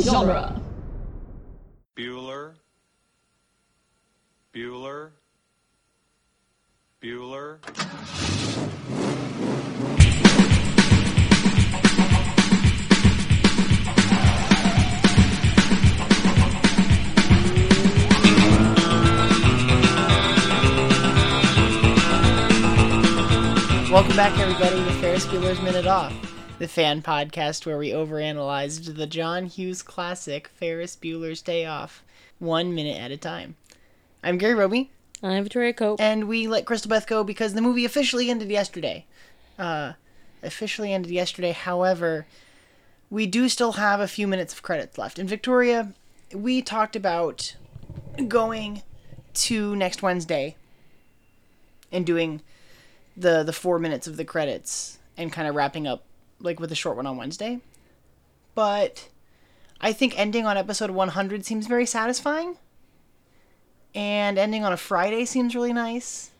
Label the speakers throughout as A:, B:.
A: genre.
B: Bueller. Bueller. Bueller.
C: Welcome back, everybody, to Ferris Bueller's Minute Off, the fan podcast where we overanalyzed the John Hughes classic Ferris Bueller's Day Off, one minute at a time. I'm Gary Roby,
D: I'm Victoria Cope.
C: and we let Crystal Beth go because the movie officially ended yesterday. Uh, officially ended yesterday. However, we do still have a few minutes of credits left. And Victoria, we talked about going to next Wednesday and doing the the four minutes of the credits and kind of wrapping up like with a short one on Wednesday. But I think ending on episode 100 seems very satisfying. And ending on a Friday seems really nice.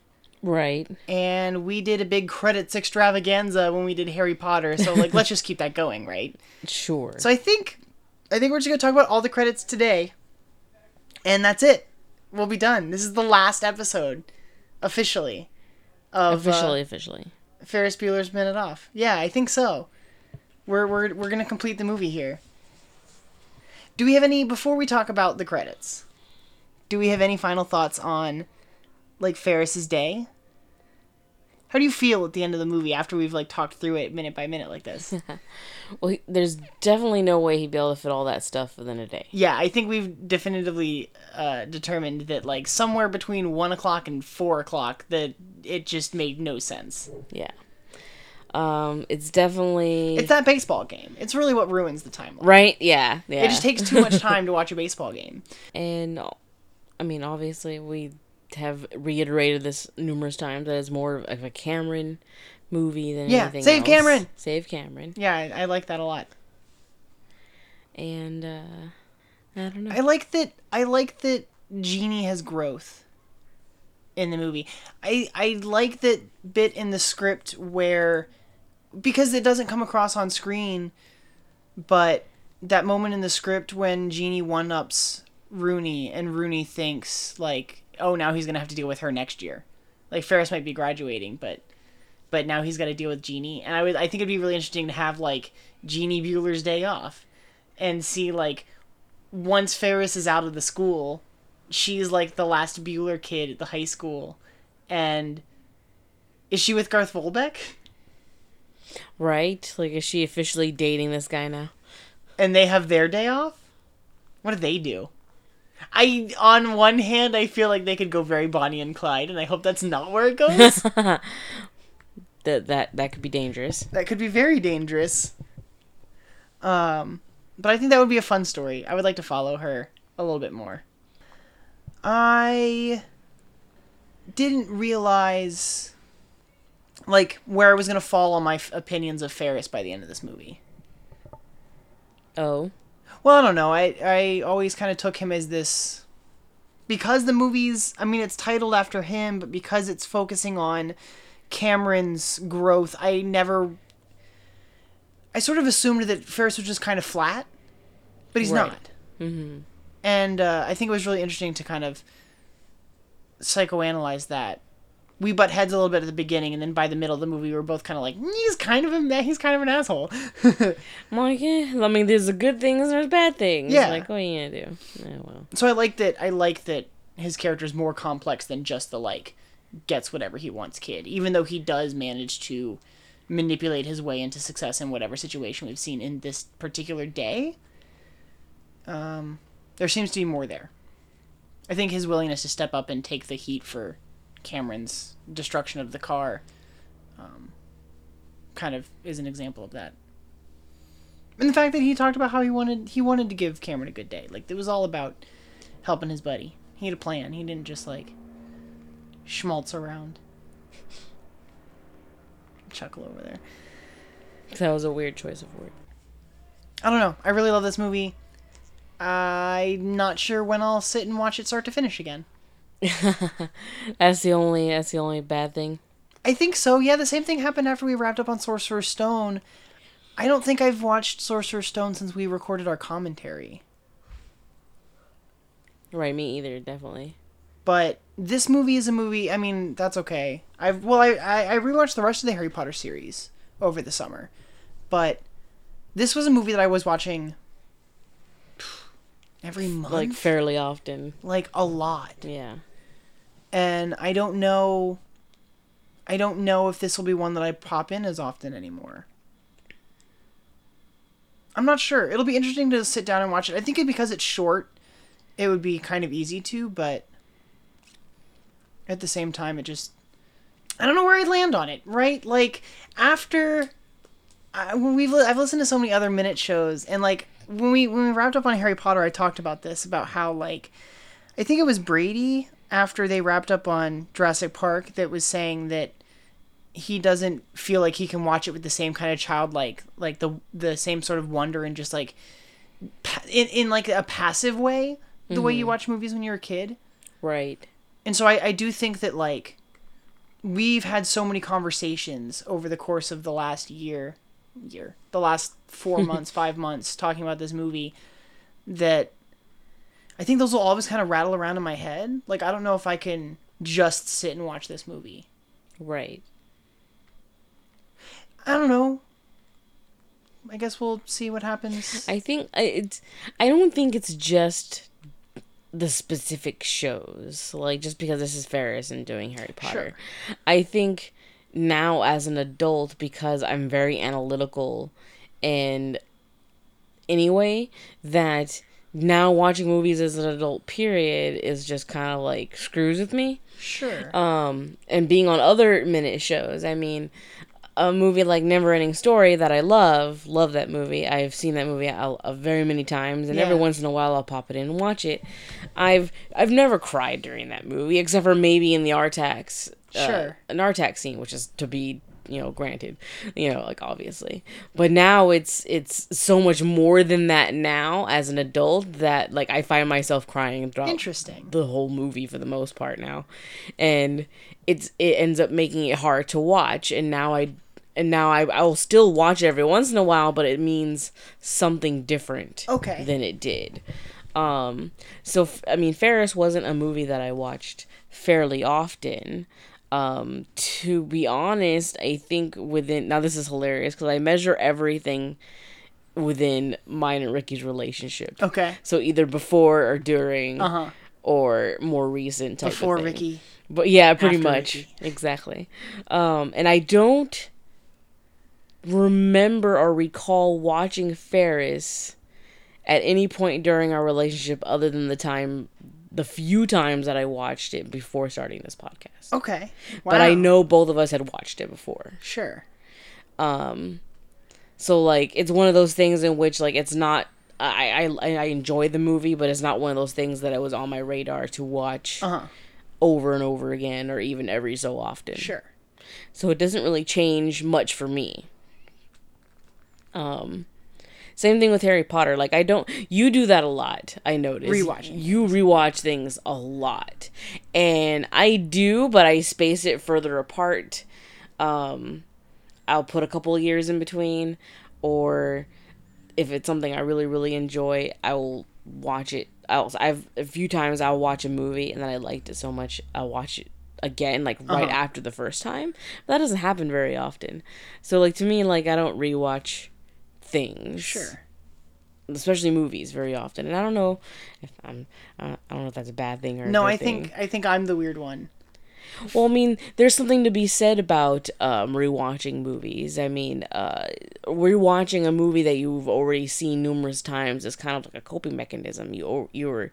D: Right.
C: And we did a big credits extravaganza when we did Harry Potter, so like let's just keep that going, right?
D: Sure.
C: So I think I think we're just gonna talk about all the credits today. And that's it. We'll be done. This is the last episode officially of uh,
D: officially, officially.
C: Ferris Bueller's Minute Off. Yeah, I think so. We're we're we're gonna complete the movie here. Do we have any before we talk about the credits? Do we have any final thoughts on like Ferris's day? How do you feel at the end of the movie after we've like talked through it minute by minute like this?
D: Well, he, there's definitely no way he'd be able to fit all that stuff within a day.
C: yeah, I think we've definitively uh, determined that like somewhere between one o'clock and four o'clock that it just made no sense.
D: Yeah. Um, it's definitely
C: It's that baseball game. It's really what ruins the timeline.
D: right. Yeah. Yeah.
C: It just takes too much time to watch a baseball game.
D: and I mean, obviously, we have reiterated this numerous times that it's more of a Cameron movie than
C: Yeah,
D: anything.
C: save
D: else.
C: Cameron!
D: Save Cameron.
C: Yeah, I, I like that a lot.
D: And uh, I don't know.
C: I like that. I like that Genie has growth in the movie. I I like that bit in the script where because it doesn't come across on screen, but that moment in the script when Genie one ups Rooney and Rooney thinks like, oh, now he's gonna have to deal with her next year. Like Ferris might be graduating, but but now he's got to deal with Genie. And I would I think it'd be really interesting to have like Genie Bueller's day off and see like once Ferris is out of the school, she's like the last Bueller kid at the high school, and is she with Garth Volbeck?
D: right? Like, is she officially dating this guy now?
C: And they have their day off. What do they do? I on one hand, I feel like they could go very Bonnie and Clyde, and I hope that's not where it goes.
D: That that that could be dangerous.
C: that could be very dangerous. Um, but I think that would be a fun story. I would like to follow her a little bit more. I didn't realize like where I was gonna fall on my f- opinions of Ferris by the end of this movie.
D: Oh,
C: Well, I don't know. I I always kind of took him as this because the movie's I mean it's titled after him, but because it's focusing on Cameron's growth, I never I sort of assumed that Ferris was just kind of flat, but he's
D: Right.
C: not. Mm-hmm. And uh, I think it was really interesting to kind of psychoanalyze that. We butt heads a little bit at the beginning, and then by the middle of the movie, we were both kind of like, "Mm, "He's kind of a ma- he's kind of an asshole."
D: I'm like, eh. I mean, there's the good things, there's bad things.
C: Yeah.
D: Like, what are you gonna do? Oh well.
C: so I like that. I like that his character is more complex than just the like gets whatever he wants kid. Even though he does manage to manipulate his way into success in whatever situation we've seen in this particular day, um, there seems to be more there. I think his willingness to step up and take the heat for Cameron's destruction of the car um, kind of is an example of that. And the fact that he talked about how he wanted he wanted to give Cameron a good day. Like it was all about helping his buddy. He had a plan. He didn't just like schmaltz around. Chuckle over there.
D: That was a weird choice of word.
C: I don't know. I really love this movie. I'm not sure when I'll sit and watch it start to finish again.
D: That's the only. That's the only bad thing.
C: I think so. Yeah, the same thing happened after we wrapped up on Sorcerer's Stone. I don't think I've watched Sorcerer's Stone since we recorded our commentary.
D: Right, me either, definitely.
C: but this movie is a movie. I mean, that's okay. I've well, I, I I rewatched the rest of the Harry Potter series over the summer, but this was a movie that I was watching every month,
D: Like
C: like,
D: fairly often.
C: a lot.
D: Yeah.
C: And I don't know, I don't know if this will be one that I pop in as often anymore. I'm not sure. It'll be interesting to sit down and watch it. I think it, because it's short, it would be kind of easy to, but at the same time, it just. I don't know where I'd land on it, right? Like, after. I, when we've, li- I've listened to so many other minute shows, and like, when we, when we wrapped up on Harry Potter, I talked about this, about how, like, I think it was Brady, after they wrapped up on Jurassic Park, that was saying that he doesn't feel like he can watch it with the same kind of childlike like the the same sort of wonder and just like pa- in, in like a passive way the way you watch movies when you're a kid
D: Right.
C: and so I, I do think that like we've had so many conversations over the course of the last year year the last four months five months talking about this movie that i think those will always kind of rattle around in my head like i don't know if i can just sit and watch this movie
D: Right.
C: I don't know. I guess we'll see what happens.
D: I think I- it's. I don't think it's just the specific shows. Like just because this is Ferris and doing Harry Potter, I think now as an adult because I'm very analytical, and anyway that now watching movies as an adult period is just kind of like screws with me
C: Sure.
D: um, and being on other minute shows. I mean, a movie like Never Ending Story that I love, love that movie. I've seen that movie a, a very many times, and every
C: Yeah.
D: once in a while I'll pop it in and watch it. I've I've never cried during that movie except for maybe in the Artax, uh,
C: Sure.
D: an Artax scene, which is to be you know granted you know like obviously but now it's it's so much more than that now as an adult that like i find myself crying throughout
C: Interesting.
D: the whole movie for the most part now and it's it ends up making it hard to watch and now i and now I, i'll still watch it every once in a while but it means something different
C: Okay.
D: than it did um so f- i mean ferris wasn't a movie that i watched fairly often um to be honest i think within now this is hilarious because i measure everything within mine and ricky's relationship
C: Okay.
D: so either before or during
C: Uh-huh.
D: or more recent type
C: Before
D: of thing.
C: Ricky.
D: But yeah, pretty
C: After
D: much.
C: Ricky.
D: Exactly. Um and I don't remember or recall watching Ferris at any point during our relationship other than the time the few times that I watched it before starting this podcast.
C: Okay. Wow.
D: But I know both of us had watched it before.
C: Sure.
D: So like it's one of those things in which like it's not I I I enjoy the movie, but it's not one of those things that it was on my radar to watch
C: Uh-huh.
D: over and over again or even every so often.
C: Sure.
D: So it doesn't really change much for me. Um same thing with Harry Potter. Like I don't you do that a lot, I notice.
C: Rewatching
D: You rewatch things a lot. And I do, but I space it further apart. Um I'll put a couple of years in between or if it's something I really really enjoy, I will watch it. I'll, I've a few times I'll watch a movie and then I liked it so much I'll watch it again like
C: Uh-huh.
D: right after the first time. That doesn't happen very often. So like to me like I don't rewatch things,
C: Sure.
D: especially movies very often. And I don't know if I'm I I don't know if that's a bad thing or a
C: No,
D: good
C: I
D: thing.
C: think I think I'm the weird one.
D: Well, I mean, there's something to be said about um, rewatching movies. I mean, uh, rewatching a movie that you've already seen numerous times is kind of like a coping mechanism. You al- you are,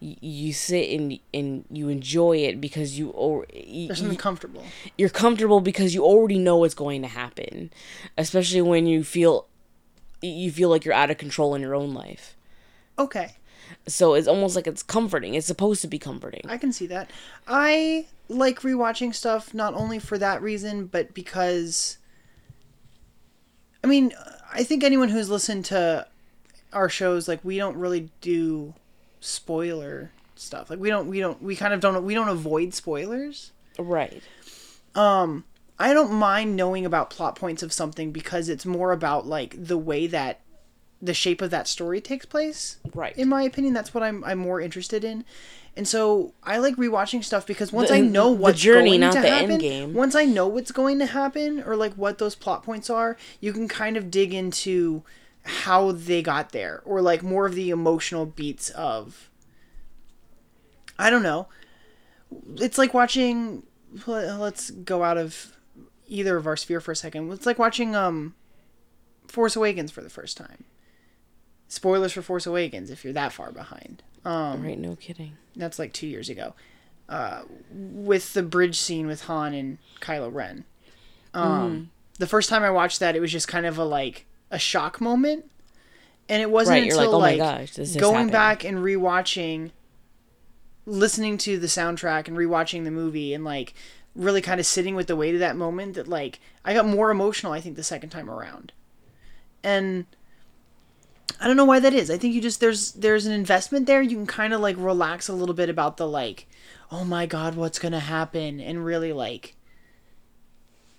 D: you- you sit and and you enjoy it because you or
C: There's something comfortable.
D: you're comfortable because you already know what's going to happen, especially when you feel you feel like you're out of control in your own life.
C: Okay.
D: So it's almost like it's comforting. It's supposed to be comforting.
C: I can see that. I like rewatching stuff not only for that reason, but because. I mean, I think anyone who's listened to our shows, like we don't really do spoiler stuff. Like we don't, we don't, we kind of don't, we don't avoid spoilers.
D: Right.
C: I don't mind knowing about plot points of something because it's more about like the way that the shape of that story takes place.
D: Right.
C: In my opinion, that's what I'm I'm more interested in. And so I like rewatching stuff because once I know
D: the
C: what's
D: journey,
C: going
D: not
C: to
D: the end
C: happen,
D: game.
C: once I know what's going to happen or like what those plot points are, you can kind of dig into how they got there or like more of the emotional beats of I don't know. It's like watching let's go out of either of our sphere for a second. It's like watching um Force Awakens for the first time. Spoilers for Force Awakens if you're that far behind. Um,
D: right, no kidding.
C: That's like 2 years ago. Uh with the bridge scene with Han and Kylo Ren. Um
D: Mm.
C: the first time I watched that it was just kind of a like a shock moment. And it wasn't
D: Right, you're
C: until
D: like, oh my
C: like,
D: gosh, this is
C: going
D: happening.
C: back and rewatching listening to the soundtrack and rewatching the movie and like really kind of sitting with the weight of that moment that like I got more emotional I think the second time around. And I don't know why that is. I think you just there's there's an investment there. You can kind of like relax a little bit about the like oh my god, what's going to happen and really like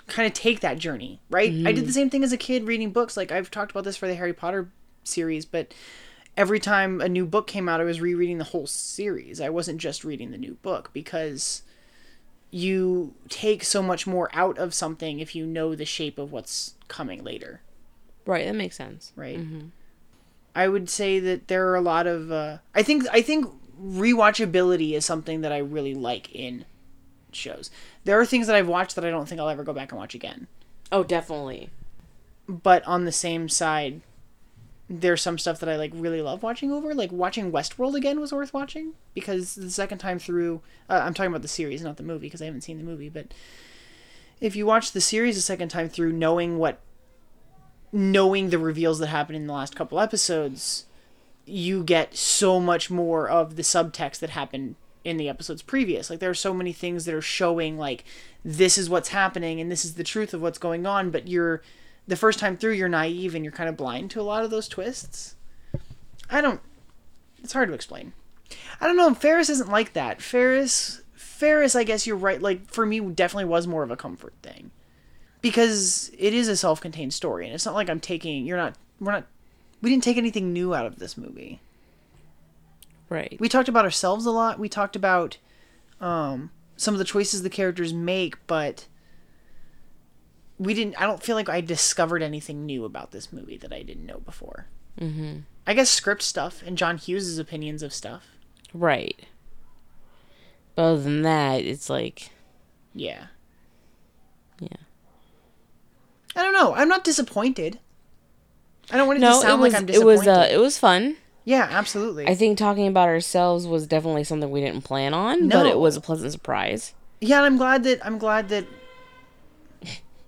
C: kind of take that journey, right? I did the same thing as a kid reading books. Like I've talked about this for the Harry Potter series, but every time a new book came out, I was rereading the whole series. I wasn't just reading the new book because you take so much more out of something if you know the shape of what's coming later,
D: Right, that makes sense.
C: right? I would say that there are a lot of uh, I think I think rewatchability is something that I really like in shows. There are things that I've watched that I don't think I'll ever go back and watch again.
D: Oh, definitely.
C: but on the same side there's some stuff that I like really love watching over like watching Westworld again was worth watching because the second time through uh, I'm talking about the series not the movie because I haven't seen the movie but if you watch the series the second time through knowing what knowing the reveals that happened in the last couple episodes you get so much more of the subtext that happened in the episodes previous like there are so many things that are showing like this is what's happening and this is the truth of what's going on but you're the first time through you're naive and you're kind of blind to a lot of those twists i don't it's hard to explain i don't know ferris isn't like that ferris ferris i guess you're right like for me definitely was more of a comfort thing because it is a self-contained story and it's not like i'm taking you're not we're not we didn't take anything new out of this movie
D: Right.
C: we talked about ourselves a lot. We talked about um, some of the choices the characters make, but we didn't. I don't feel like I discovered anything new about this movie that I didn't know before. Mm-hmm. I guess script stuff and John Hughes' opinions of stuff.
D: Right. But other than that, it's like
C: Yeah,
D: yeah.
C: I don't know. I'm not disappointed. I don't want it
D: No,
C: to
D: it
C: sound
D: was
C: like I'm
D: it
C: disappointed.
D: was uh it was fun.
C: yeah, absolutely.
D: I think talking about ourselves was definitely something we didn't plan on, but it
C: No.
D: was a pleasant surprise.
C: yeah, and I'm glad that I'm glad that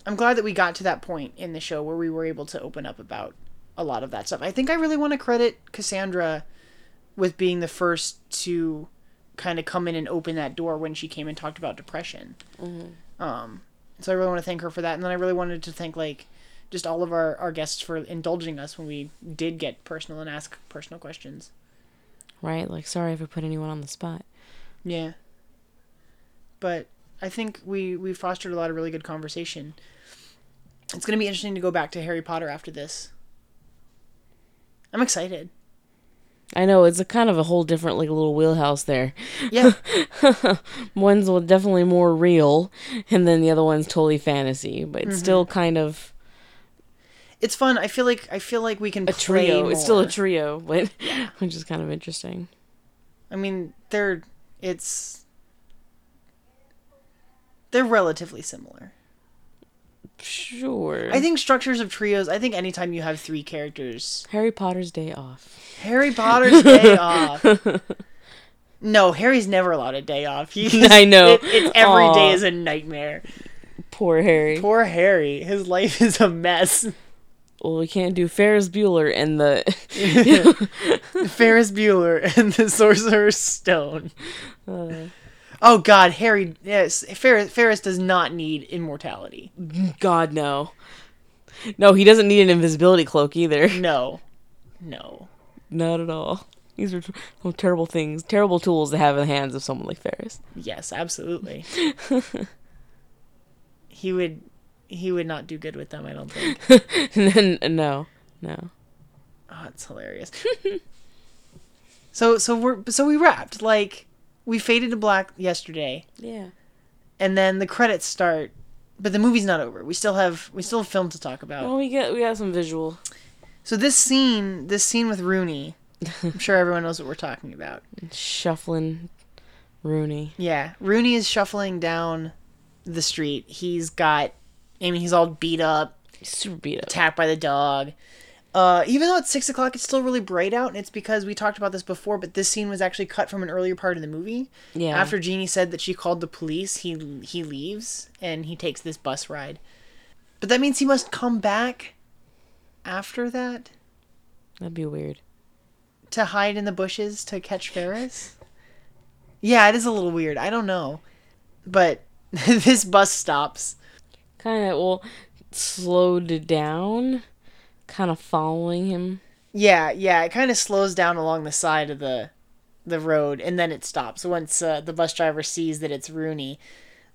C: I'm glad that we got to that point in the show where we were able to open up about a lot of that stuff. I think I really want to credit Cassandra with being the first to kind of come in and open that door when she came and talked about depression. Um, so I really want to thank her for that, and then I really wanted to thank like just all of our our guests for indulging us when we did get personal and ask personal questions.
D: Right? Like sorry if I put anyone on the spot.
C: Yeah. But I think we we fostered a lot of really good conversation. It's going to be interesting to go back to Harry Potter after this. I'm excited.
D: I know it's a kind of a whole different like little wheelhouse there.
C: Yeah.
D: one's wa- definitely more real, and then the other one's totally fantasy, but it's still kind of
C: it's fun. I feel like I feel like we can
D: a trio. It's still a
C: trio.
D: trio, but which is kind of interesting.
C: I mean, they're it's they're relatively similar.
D: Sure.
C: I think structures of trios, I think anytime you have 3 characters
D: Harry Potter's Day Off.
C: Harry Potter's day off. No, Harry's never allowed a day off. He
D: I know.
C: It, it's every day
D: Aw.
C: is a nightmare.
D: Poor Harry.
C: Poor Harry. His life is a mess.
D: well, we can't do Ferris Bueller and the
C: Ferris Bueller and the Sorcerer's Stone.
D: Uh.
C: oh God, Harry. Yes, Ferris. Ferris does not need immortality.
D: God no. No, he doesn't need an invisibility cloak either.
C: No, no.
D: Not at all. These are t- oh, terrible things, terrible tools to have in the hands of someone like Ferris.
C: Yes, absolutely. he would. He would not do good with them. I don't think.
D: uh, no, no.
C: Oh, it's hilarious. so so we're so we wrapped like we faded to black yesterday,
D: Yeah.
C: and then the credits start, but the movie's not over. We still have we still have film to talk about.
D: Well, we got we got some visual.
C: So this scene, this scene with Rooney, I'm sure everyone knows what we're talking about.
D: Shuffling Rooney.
C: Yeah, Rooney is shuffling down the street. He's got, I mean, he's all beat up,
D: Super beat up.
C: attacked by the dog. Uh, even though it's six o'clock, it's still really bright out, and it's because we talked about this before. But this scene was actually cut from an earlier part of the movie.
D: Yeah.
C: After Jeannie said that she called the police, he he leaves and he takes this bus ride. But that means he must come back after that
D: That'd be weird.
C: to hide in the bushes to catch Ferris? yeah, it is a little weird. I don't know. But this bus stops.
D: Kind of well slowed down, kind of following him.
C: Yeah, yeah, it kind of slows down along the side of the the road and then it stops once uh, the bus driver sees that it's Rooney.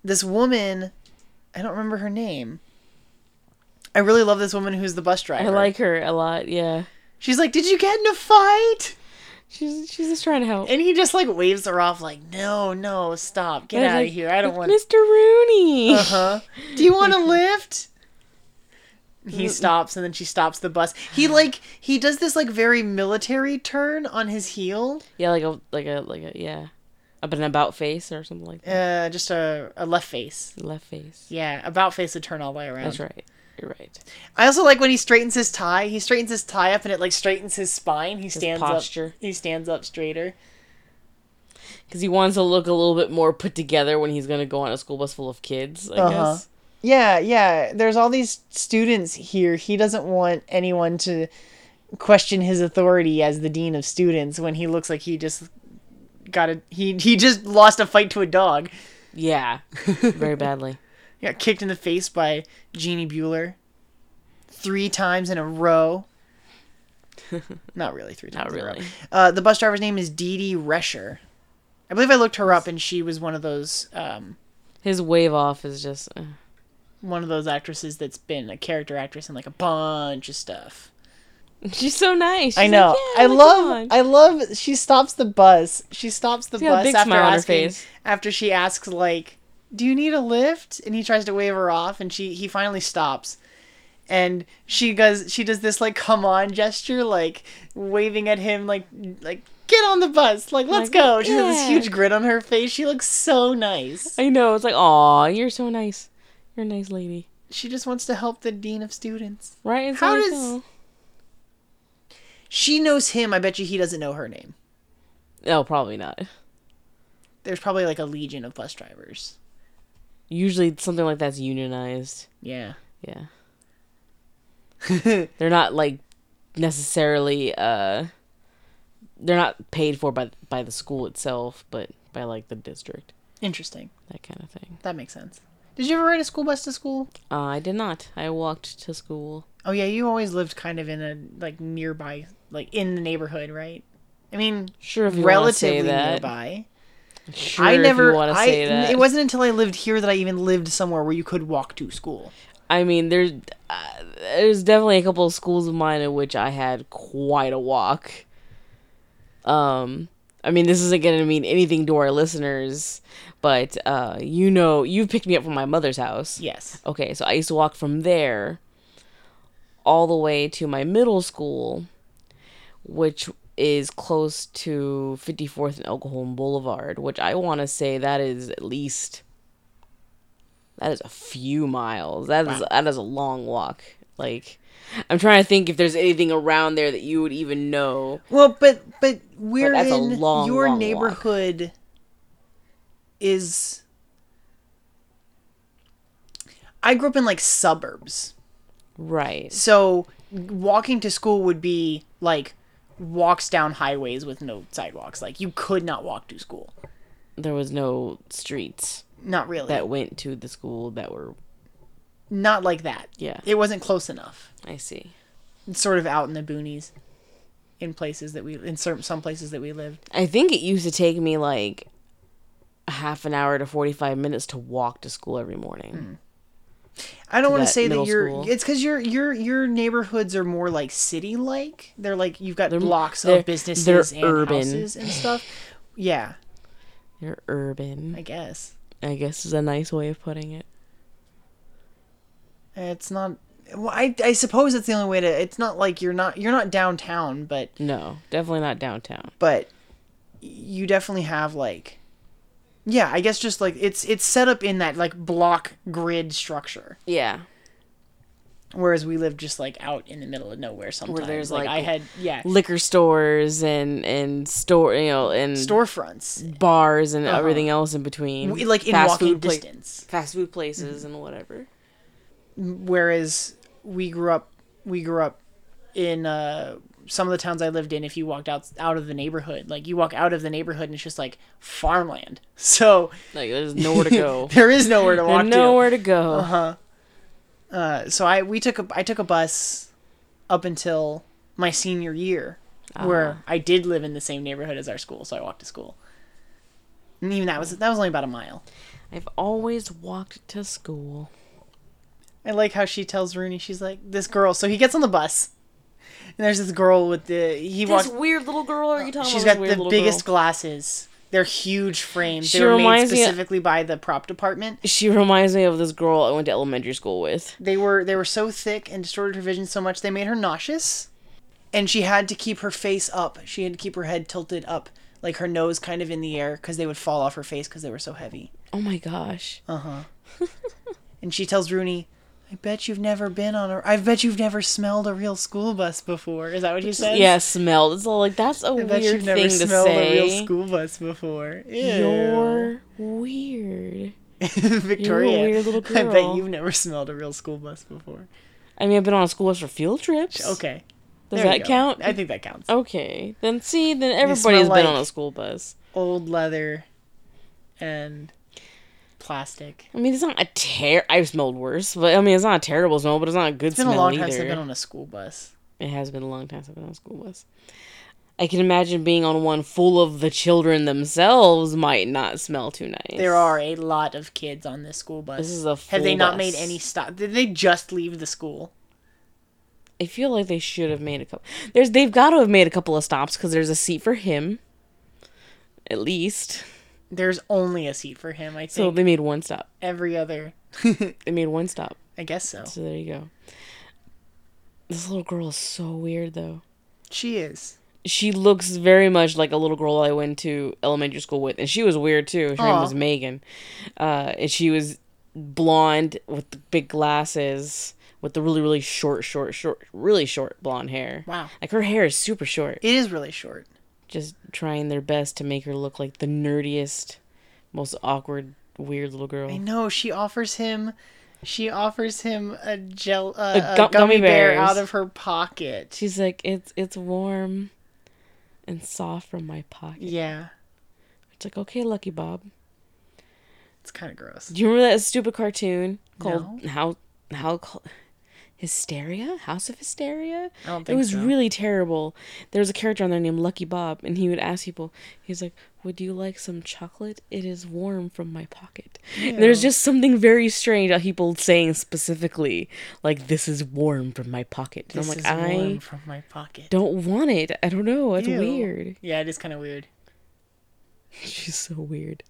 C: This woman, I don't remember her name. I really love this woman who's the bus driver.
D: I like her a lot. Yeah.
C: She's like, "Did you get in a fight?"
D: She's she's just trying to help.
C: And he just like waves her off like, "No, no, stop. Get
D: But it's
C: out of
D: like,
C: here. I don't
D: "It's
C: want to
D: Mr. Rooney.
C: Uh-huh. Do you want a lift? He stops and then she stops the bus. He like he does this like very military turn on his heel.
D: Yeah, like a like a like a yeah, up an about face or something like that.
C: Uh just a, a left face.
D: Left face.
C: Yeah, about face would turn all the way around.
D: That's right. You're right.
C: I also like when he straightens his tie. He straightens his tie up and it like straightens his spine. He stands
D: posture.
C: up. He stands up straighter.
D: Because he wants to look a little bit more put together when he's gonna go on a school bus full of kids. I
C: Uh-huh.
D: guess.
C: Yeah, yeah. There's all these students here. He doesn't want anyone to question his authority as the dean of students when he looks like he just got a he he just lost a fight to a dog.
D: Yeah. Very badly.
C: He got kicked in the face by Jeannie Bueller three times in a row. Not really three
D: Not
C: times. in a row.
D: really.
C: Uh, the bus driver's name is Dee Dee Rescher. I believe I looked her up, and she was one of those um,
D: His wave off is just. Uh,
C: one of those actresses that's been a character actress in like a bunch of stuff.
D: she's so nice.
C: I
D: She's
C: know.
D: like, "Yeah,
C: I
D: like,
C: love.
D: come on."
C: I love. She stops the bus. She stops the
D: She's got
C: bus
D: a big
C: after
D: smile on her
C: asking.
D: face.
C: After she asks, like, "Do you need a lift?" and he tries to wave her off, and she he finally stops, and she goes. She does this like "come on" gesture, like waving at him, like like get on the bus, like let's
D: Like,
C: go. She has
D: yeah.
C: this huge grin on her face. She looks so nice.
D: I know. It's like, aw, you're so nice. You're a nice lady,
C: She just wants to help the dean of students.
D: right? It's
C: How
D: like,
C: does-
D: "Oh."
C: She knows him. I bet you he doesn't know her name.
D: No, probably not.
C: There's probably like a legion of bus drivers.
D: Usually something like that's unionized.
C: Yeah.
D: Yeah. they're not like necessarily uh they're not paid for by by the school itself, but by like the district,
C: Interesting.
D: that kind of thing.
C: That makes sense. Did you ever ride a school bus to school?
D: Uh, I did not. I walked to school.
C: Oh yeah, you always lived kind of in a like nearby, like in the neighborhood, right? I mean,
D: Sure, if you want to say
C: relatively
D: that.
C: nearby.
D: Sure,
C: I
D: if
C: never.
D: you want to
C: I,
D: say that.
C: It wasn't until I lived here that I even lived somewhere where you could walk to school.
D: I mean, there's uh, there's definitely a couple of schools of mine in which I had quite a walk. Um, I mean, this isn't going to mean anything to our listeners, but uh, you know, you picked me up from my mother's house.
C: Yes.
D: Okay, so I used to walk from there all the way to my middle school, which is close to 54th and Oklahoma Boulevard, which I want to say that is at least that is a few miles. That is that is a long walk. Like I'm trying to think if there's anything around there that you would even know.
C: Well, but but we're
D: that's a
C: in
D: long,
C: your
D: long walk.
C: neighborhood. Is I grew up in like suburbs.
D: Right.
C: So walking to school would be like walks down highways with no sidewalks. Like you could not walk to school.
D: There was no streets
C: Not really.
D: that went to the school that were
C: not like that.
D: Yeah.
C: It wasn't close enough.
D: I see.
C: It's sort of out in the boonies in places that we in certain some places that we lived.
D: I think it used to take me like a half an hour to 45 minutes to walk to school every morning.
C: I don't want
D: that
C: to say that
D: middle
C: your
D: school.
C: it's because your your your neighborhoods are more like city like. They're like you've got blocks
D: they're-
C: of businesses
D: they're
C: and
D: urban.
C: houses and stuff. Yeah, Hmm.
D: You're urban.
C: I guess
D: I guess is a nice way of putting it.
C: it's not. Well, I I suppose it's the only way to. It's not like you're not you're not downtown, but
D: No, definitely not downtown.
C: but you definitely have like yeah i guess just like it's it's set up in that like block grid structure
D: Yeah.
C: whereas we live just like out in the middle of nowhere sometimes
D: there's,
C: like,
D: like,
C: i had yeah
D: Liquor stores and and store, you know, and
C: storefronts
D: bars and everything else in between.
C: w- Uh-huh. like in walking
D: pla-
C: distance Mm-hmm.
D: fast food places and whatever.
C: whereas we grew up we grew up in uh some of the towns i lived in if you walked out out of the neighborhood like you walk out of the neighborhood and it's just like farmland so
D: Like there's nowhere to go.
C: there is nowhere to walk
D: There's
C: to
D: nowhere to go.
C: Uh-huh. so I we took a I took a bus up until my senior year, where
D: Ah.
C: I did live in the same neighborhood as our school, so I walked to school. And even that was that was only about a mile.
D: I've always walked to school.
C: I like how she tells Rooney, she's like this girl. So he gets on the bus, and there's this girl with the he walks.
D: weird little girl are you talking
C: She's got the biggest glasses. They're huge frames.
D: She
C: they were made
D: reminds me-
C: specifically by the prop department.
D: She reminds me of this girl I went to elementary school with.
C: They were they were so thick and distorted her vision so much they made her nauseous. And she had to keep her face up. She had to keep her head tilted up, like her nose kind of in the air cuz they would fall off her face cuz they were so heavy.
D: Oh my gosh.
C: And she tells Rooney, "I bet you've never been on a I bet you've never smelled a real school bus before." Is that what you said?
D: yeah, smelled. It's all like that's a
C: I bet
D: weird
C: you've never
D: thing to
C: smelled
D: say.
C: a real school bus before. Ew.
D: You're weird.
C: Victoria.
D: weird little
C: I bet
D: girl.
C: you've never smelled a real school bus before.
D: I mean, I've been on a school bus for field trips.
C: Okay.
D: Does
C: there you
D: that
C: go.
D: count?
C: I think that counts.
D: Okay. Then see, then everybody's been
C: smell
D: on
C: like-
D: a school bus.
C: old leather and plastic.
D: I mean, it's not a ter. I've smelled worse, but I mean, it's not a terrible smell, but it's not a good
C: It's been
D: smell
C: a long
D: either.
C: time since I've been on a school bus.
D: It has been a long time since I've been on a school bus. I can imagine being on one full of the children themselves might not smell too nice.
C: There are a lot of kids on this school bus.
D: This is a
C: Have they
D: full
C: not
D: bus.
C: made any stop? Did they just leave the school?
D: I feel like they should have made a couple. There's they've got to have made a couple of stops because there's a seat for him, at least.
C: There's only a seat for him. I think
D: So they made one stop.
C: every other.
D: They made one stop.
C: I guess so.
D: So there you go. This little girl is so weird though.
C: She is.
D: She looks very much like a little girl I went to elementary school with, and she was weird too. Her name
C: Aw.
D: was Megan, uh, and she was blonde with the big glasses, with the really really short, short, short, really short blonde hair.
C: Wow.
D: like her hair is super short.
C: It is really short.
D: just trying their best to make her look like the nerdiest, most awkward, weird little girl.
C: I know. She offers him. She offers him a gel, uh, a,
D: gu-
C: gummy,
D: gummy
C: bear
D: bears.
C: out of her pocket.
D: She's like, it's it's warm and soft from my pocket.
C: Yeah,
D: It's like, okay, Lucky Bob.
C: it's kind of gross.
D: Do you remember that stupid cartoon called How How Cl- Hysteria? House of Hysteria?
C: I don't
D: it
C: think
D: was
C: so.
D: really terrible. There was a character on there named Lucky Bob, and he would ask people, he's like, Would you like some chocolate? It is warm from my pocket. And there's just something very strange about people saying specifically, like, This is warm from my pocket. And
C: This
D: I'm
C: is
D: like, I
C: warm from my pocket.
D: don't want it. I don't know. It's
C: Ew.
D: weird.
C: Yeah, it is kind of weird.
D: She's so weird.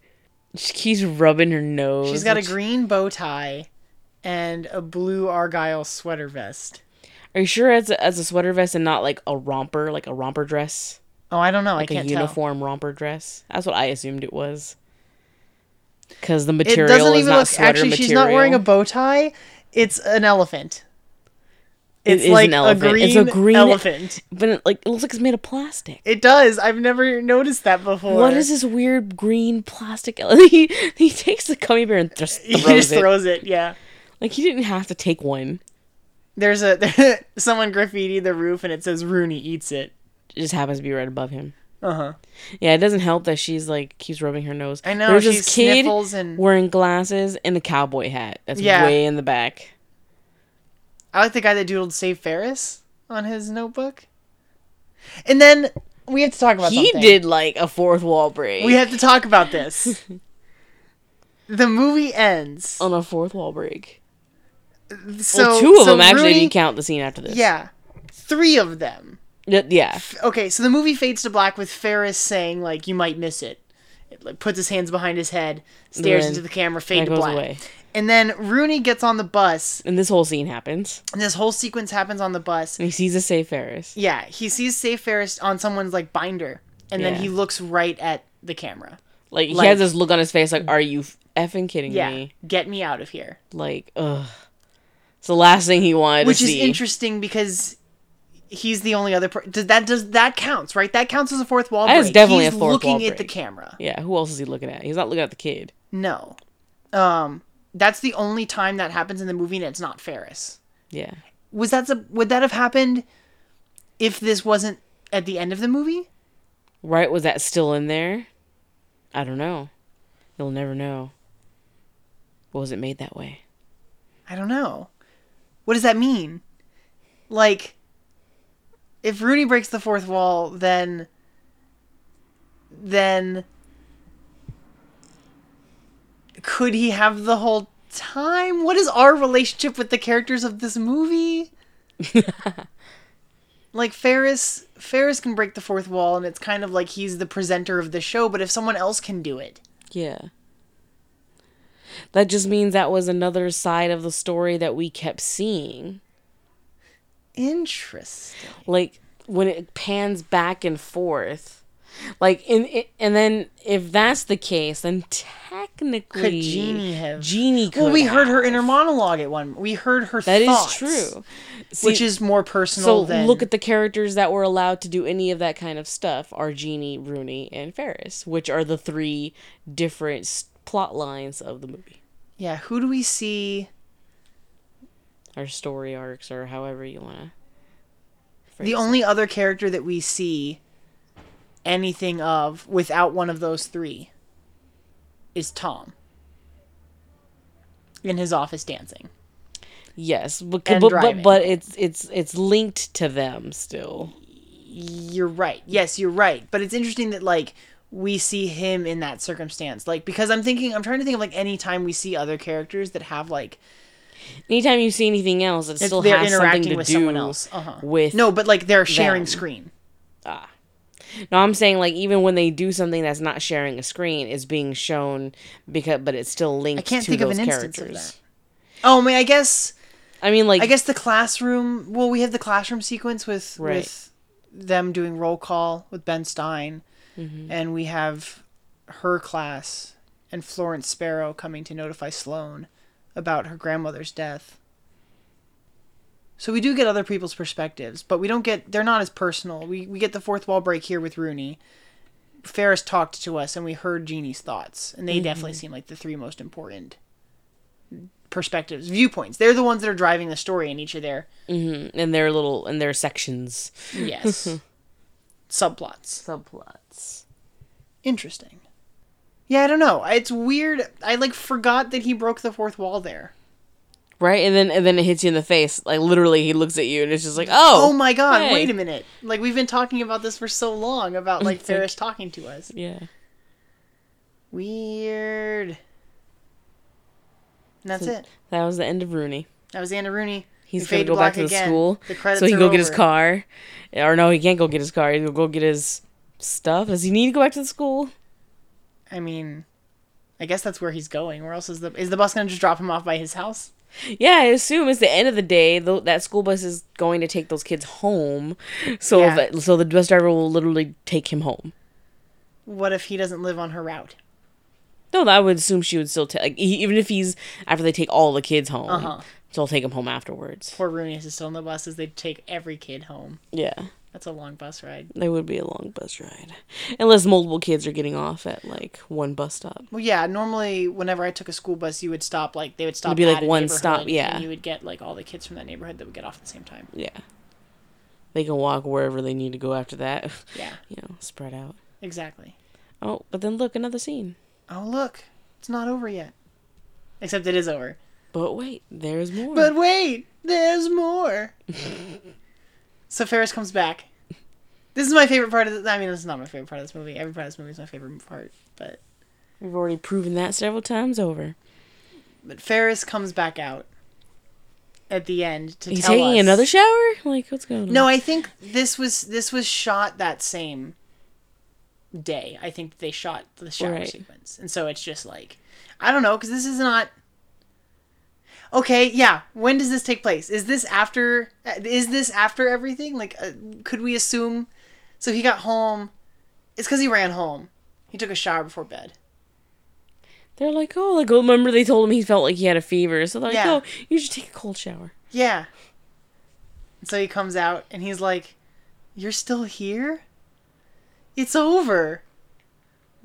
D: She keeps rubbing her nose.
C: She's got a
D: which-
C: green bow tie and a blue argyle sweater vest.
D: Are you sure as a, as a sweater vest and not like a romper, like a romper dress,
C: Oh, I don't know. I
D: like a
C: can't
D: uniform romper dress? That's what I assumed it was. Because the
C: tell. It
D: material
C: doesn't
D: is
C: even
D: not
C: look.
D: sweater
C: Actually,
D: material.
C: she's not wearing a bow tie. It's an elephant.
D: It
C: It's
D: is an
C: like
D: elephant.
C: a green.
D: It's a green-
C: elephant.
D: but it, like it looks like it's made of plastic.
C: It does. I've never noticed that before.
D: What is this weird green plastic? ele- he he takes the gummy bear and just
C: He
D: throws
C: just
D: it.
C: throws it. Yeah.
D: Like he didn't have to take one.
C: There's a someone graffiti the roof and it says Rooney eats it.
D: It just happens to be right above him.
C: Uh huh.
D: Yeah, it doesn't help that she's like keeps rubbing her nose.
C: I know,
D: There's
C: she
D: this kid
C: sniffles and-
D: wearing glasses and a cowboy hat. That's
C: Yeah.
D: way in the back.
C: I like the guy that doodled Save Ferris on his notebook. And then we have to talk about
D: he
C: something.
D: did like a fourth wall break.
C: We have to talk about this. the movie ends
D: on a fourth wall break.
C: So
D: Oh, well, two
C: so
D: of them actually if
C: Rooney-
D: you count the scene after this.
C: Yeah, three of them.
D: Y- Yeah.
C: Okay, so the movie fades to black with Ferris saying like, "You might miss it." It, like, puts his hands behind his head, stares
D: Then
C: into the camera,
D: That
C: fade to
D: goes
C: black,
D: away.
C: and then Rooney gets on the bus.
D: And this whole scene happens.
C: And this whole sequence happens on the bus.
D: And he sees a safe Ferris.
C: Yeah, he sees Safe Ferris on someone's like binder, and
D: Yeah.
C: then he looks right at the camera.
D: Like, he
C: Like-
D: has this look on his face like, are you effing kidding
C: Yeah,
D: me?
C: get me out of here.
D: Like, ugh. It's the last thing he wanted
C: Which
D: to
C: is
D: see.
C: interesting because he's the only other. Per- does that does that counts right? That counts as a fourth wall.
D: That is
C: break.
D: definitely
C: he's
D: a fourth
C: looking
D: wall
C: at the
D: break.
C: camera.
D: yeah, who else is he looking at? He's not looking at the kid.
C: No, um, that's the only time that happens in the movie, and it's not Ferris.
D: Yeah.
C: Was that sub- would that have happened if this wasn't at the end of the movie?
D: Right? Was that still in there? I don't know. You'll never know. What was it made that way?
C: I don't know. What does that mean? Like, if Rooney breaks the fourth wall, then. Then. Could he have the whole time? What is our relationship with the characters of this movie? like Ferris Ferris can break the fourth wall and it's kind of like he's the presenter of the show, but if someone else can do it.
D: Yeah. That just means that was another side of the story that we kept seeing.
C: Interesting.
D: Like when it pans back and forth. Like in, i and then if that's the case, then technically
C: Could Jeannie have-
D: Jeannie could
C: Well, we heard her
D: have.
C: inner monologue at one. We heard her
D: That is
C: thoughts,
D: true. See,
C: which is more personal.
D: so
C: than,
D: look at the characters that were allowed to do any of that kind of stuff are Jeannie, Rooney, and Ferris, which are the three different s- plot lines of the movie.
C: yeah. Who do we see?
D: Or story arcs or however you wanna
C: The only other character that we see anything of without one of those three is Tom in his office dancing.
D: Yes, but
C: And
D: but, but
C: driving.
D: but it's it's it's linked to them still.
C: You're right. Yes, you're right. But it's interesting that like we see him in that circumstance, like because I'm thinking, I'm trying to think of like any time we see other characters that have like
D: Anytime you see anything else, it still has something to do
C: Uh-huh.
D: with
C: no, but like they're sharing
D: them.
C: screen.
D: No, I'm saying like even when they do something that's not sharing a screen, it's being shown because but it's still linked.
C: I can't
D: to
C: think of
D: those
C: an instance
D: characters.
C: of that. Oh, I mean, I guess
D: I mean, like
C: I guess the classroom. Well, we have the classroom sequence with
D: Right.
C: with them doing roll call with Ben Stein, and we have her class and Florence Sparrow coming to notify Sloane about her grandmother's death. So we do get other people's perspectives, but we don't get they're not as personal. We we get the fourth wall break here with Rooney. Ferris talked to us and we heard Jeannie's thoughts, and they definitely seem like the three most important perspectives, viewpoints. They're the ones that are driving the story in each of their
D: in their little in their sections
C: yes subplots.
D: subplots.
C: Interesting. Yeah, I don't know. It's weird. I like forgot that he broke the fourth wall there.
D: Right, and then and then it hits you in the face. Like literally, he looks at you and it's just like,
C: Oh,
D: oh,
C: my god,
D: hey.
C: wait a minute. Like we've been talking about this for so long about like Ferris talking to us.
D: yeah.
C: Weird. And that's it.
D: That was the end of Rooney.
C: That was Anna Rooney.
D: He's
C: We
D: gonna
C: fade
D: go back
C: black
D: to the
C: again.
D: school,
C: The credits
D: so he can
C: are
D: go get his
C: over.
D: car. Or no, he can't go get his car. He'll go get his stuff. Does he need to go back to the school?
C: I mean, I guess that's where he's going. Where else is the is the bus gonna just drop him off by his house?
D: Yeah, I assume it's the end of the day. Though that school bus is going to take those kids home, so
C: Yeah.
D: that- so the bus driver will literally take him home.
C: What if he doesn't live on her route?
D: No, I would assume she would still take, like, e- even if he's after they take all the kids home,
C: Uh-huh.
D: so I'll take him home afterwards.
C: Poor Rooney is still on the bus as they take every kid home.
D: Yeah,
C: That's a long bus ride.
D: that would be a long bus ride, unless multiple kids are getting off at like one bus stop.
C: Well, yeah. Normally, whenever I took a school bus, you would stop like they would stop.
D: It'd be, like,
C: at a
D: one stop,
C: neighborhood,
D: yeah.
C: And you would get like all the kids from that neighborhood that would get off at the same time.
D: Yeah, they can walk wherever they need to go after that.
C: Yeah,
D: you know, spread out.
C: exactly.
D: Oh, but then look, another scene.
C: Oh look, it's not over yet. Except it is over.
D: But wait, there's more.
C: But wait, there's more. so Ferris comes back. This is my favorite part of the. I mean, this is not my favorite part of this movie. Every part of this movie is my favorite part, but
D: We've already proven that several times over.
C: but Ferris comes back out, at the end to
D: He's
C: tell us.
D: taking another shower? Like, what's going on?
C: No, I think this was this was shot that same day. I think they shot the shower
D: Right.
C: sequence, and so it's just like I don't know because this is not. Okay, yeah. When does this take place? Is this after? uh, Is this after everything? Like, uh, could we assume? So he got home. It's because he ran home. He took a shower before bed.
D: They're like, oh, like, remember they told him he felt like he had a fever. So they're like,
C: Yeah.
D: oh, you should take a cold shower.
C: Yeah. So he comes out and he's like, You're still here? It's over.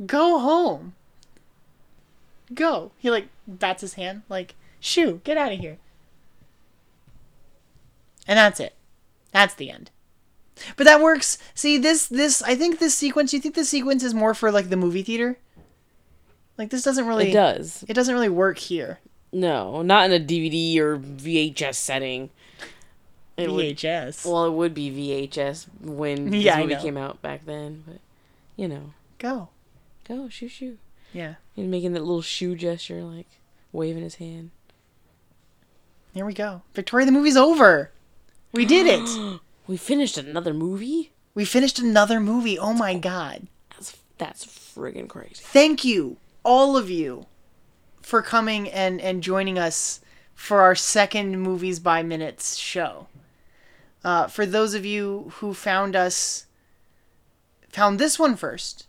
C: Go home. Go. He like bats his hand, like, Shoo, get out of here. And that's it. That's the end. But that works. See this this I think this sequence you think this sequence is more for like the movie theater? Like this doesn't really
D: It does.
C: it doesn't really work here.
D: No, not in a DVD or VHS setting. It would,
C: VHS.
D: well, it would be VHS when
C: Yeah, I
D: this movie
C: know.
D: came out back then. But, you know,
C: Go.
D: go, "Oh, shoo, shoo.
C: Yeah.
D: He's making that little shoe gesture, like, waving his hand.
C: Here we go. Victoria, the movie's over. We did it.
D: We finished another movie?
C: We finished another movie. Oh my god.
D: That's, that's friggin' crazy.
C: Thank you, all of you, for coming and, and joining us for our second Movies by Minutes show. Uh, for those of you who found us, found this one first,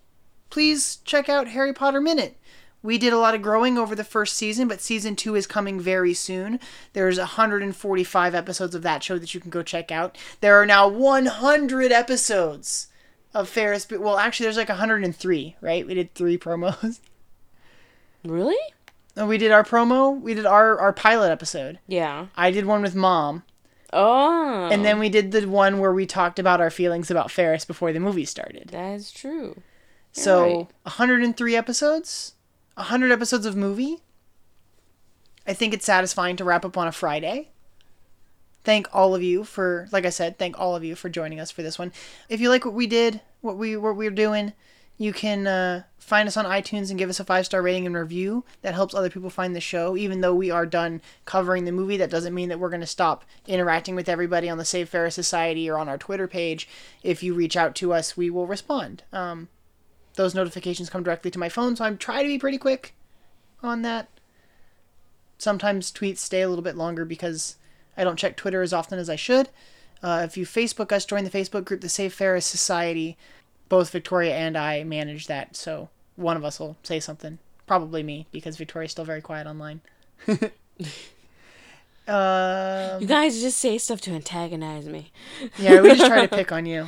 C: please check out Harry Potter Minute. We did a lot of growing over the first season, but season two is coming very soon. There's 145 episodes of that show that you can go check out. There are now 100 episodes of Ferris. Bueller. Well, actually, there's like 103, right? We did three promos.
D: Really?
C: And we did our promo. We did our our pilot episode.
D: Yeah.
C: I did one with mom,
D: Oh.
C: and then we did the one where we talked about our feelings about Ferris before the movie started.
D: That is true.
C: So
D: right.
C: 103 episodes, 100 episodes of movie. I think it's satisfying to wrap up on a Friday. Thank all of you for, like I said, thank all of you for joining us for this one. If you like what we did, what we what we're doing, you can uh, find us on iTunes and give us a five star rating and review. That helps other people find the show. Even though we are done covering the movie, that doesn't mean that we're going to stop interacting with everybody on the Save Ferris Society or on our Twitter page. If you reach out to us, we will respond. Um, those notifications come directly to my phone, so I'm trying to be pretty quick on that. Sometimes tweets stay a little bit longer because I don't check Twitter as often as I should. Uh, if you Facebook us, join the Facebook group, the Safe Ferris Society. Both Victoria and I manage that, so one of us will say something. Probably me, because Victoria's still very quiet online. uh, Um,
D: You guys just say stuff to antagonize me.
C: yeah, we just try to pick on you.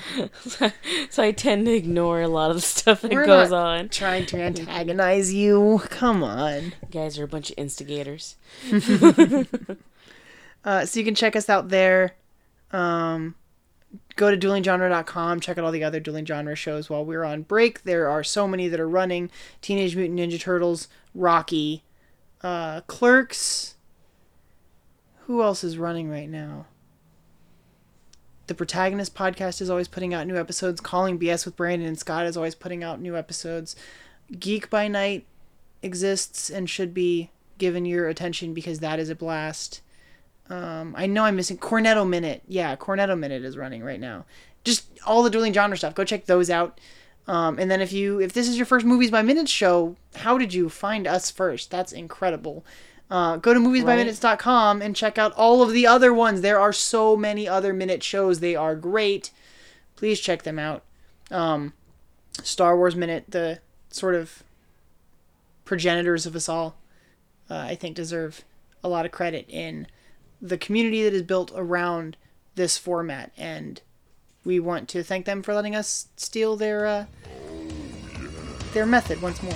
D: so I tend to ignore a lot of the stuff that
C: We're
D: goes
C: not
D: on.
C: Trying to antagonize you. Come on.
D: You guys are a bunch of instigators.
C: Uh, so you can check us out there. Um, go to duelinggenre.com, check out all the other dueling genre shows while we're on break. There are so many that are running Teenage Mutant Ninja Turtles, Rocky, uh, Clerks. Who else is running right now? The Protagonist podcast is always putting out new episodes. Calling BS with Brandon and Scott is always putting out new episodes. Geek by Night exists and should be given your attention because that is a blast. Um, I know I'm missing Cornetto Minute. Yeah, Cornetto Minute is running right now. Just all the dueling genre stuff. Go check those out. Um, and then if you if this is your first Movies by Minutes show, how did you find us first? That's incredible. Uh, go to moviesbyminutes.com and check out all of the other ones. There are so many other minute shows. They are great. Please check them out. Um, Star Wars Minute, the sort of progenitors of us all, uh, I think deserve a lot of credit in the community that is built around this format and we want to thank them for letting us steal their uh, their method once more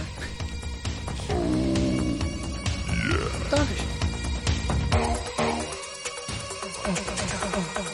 C: Dogfish.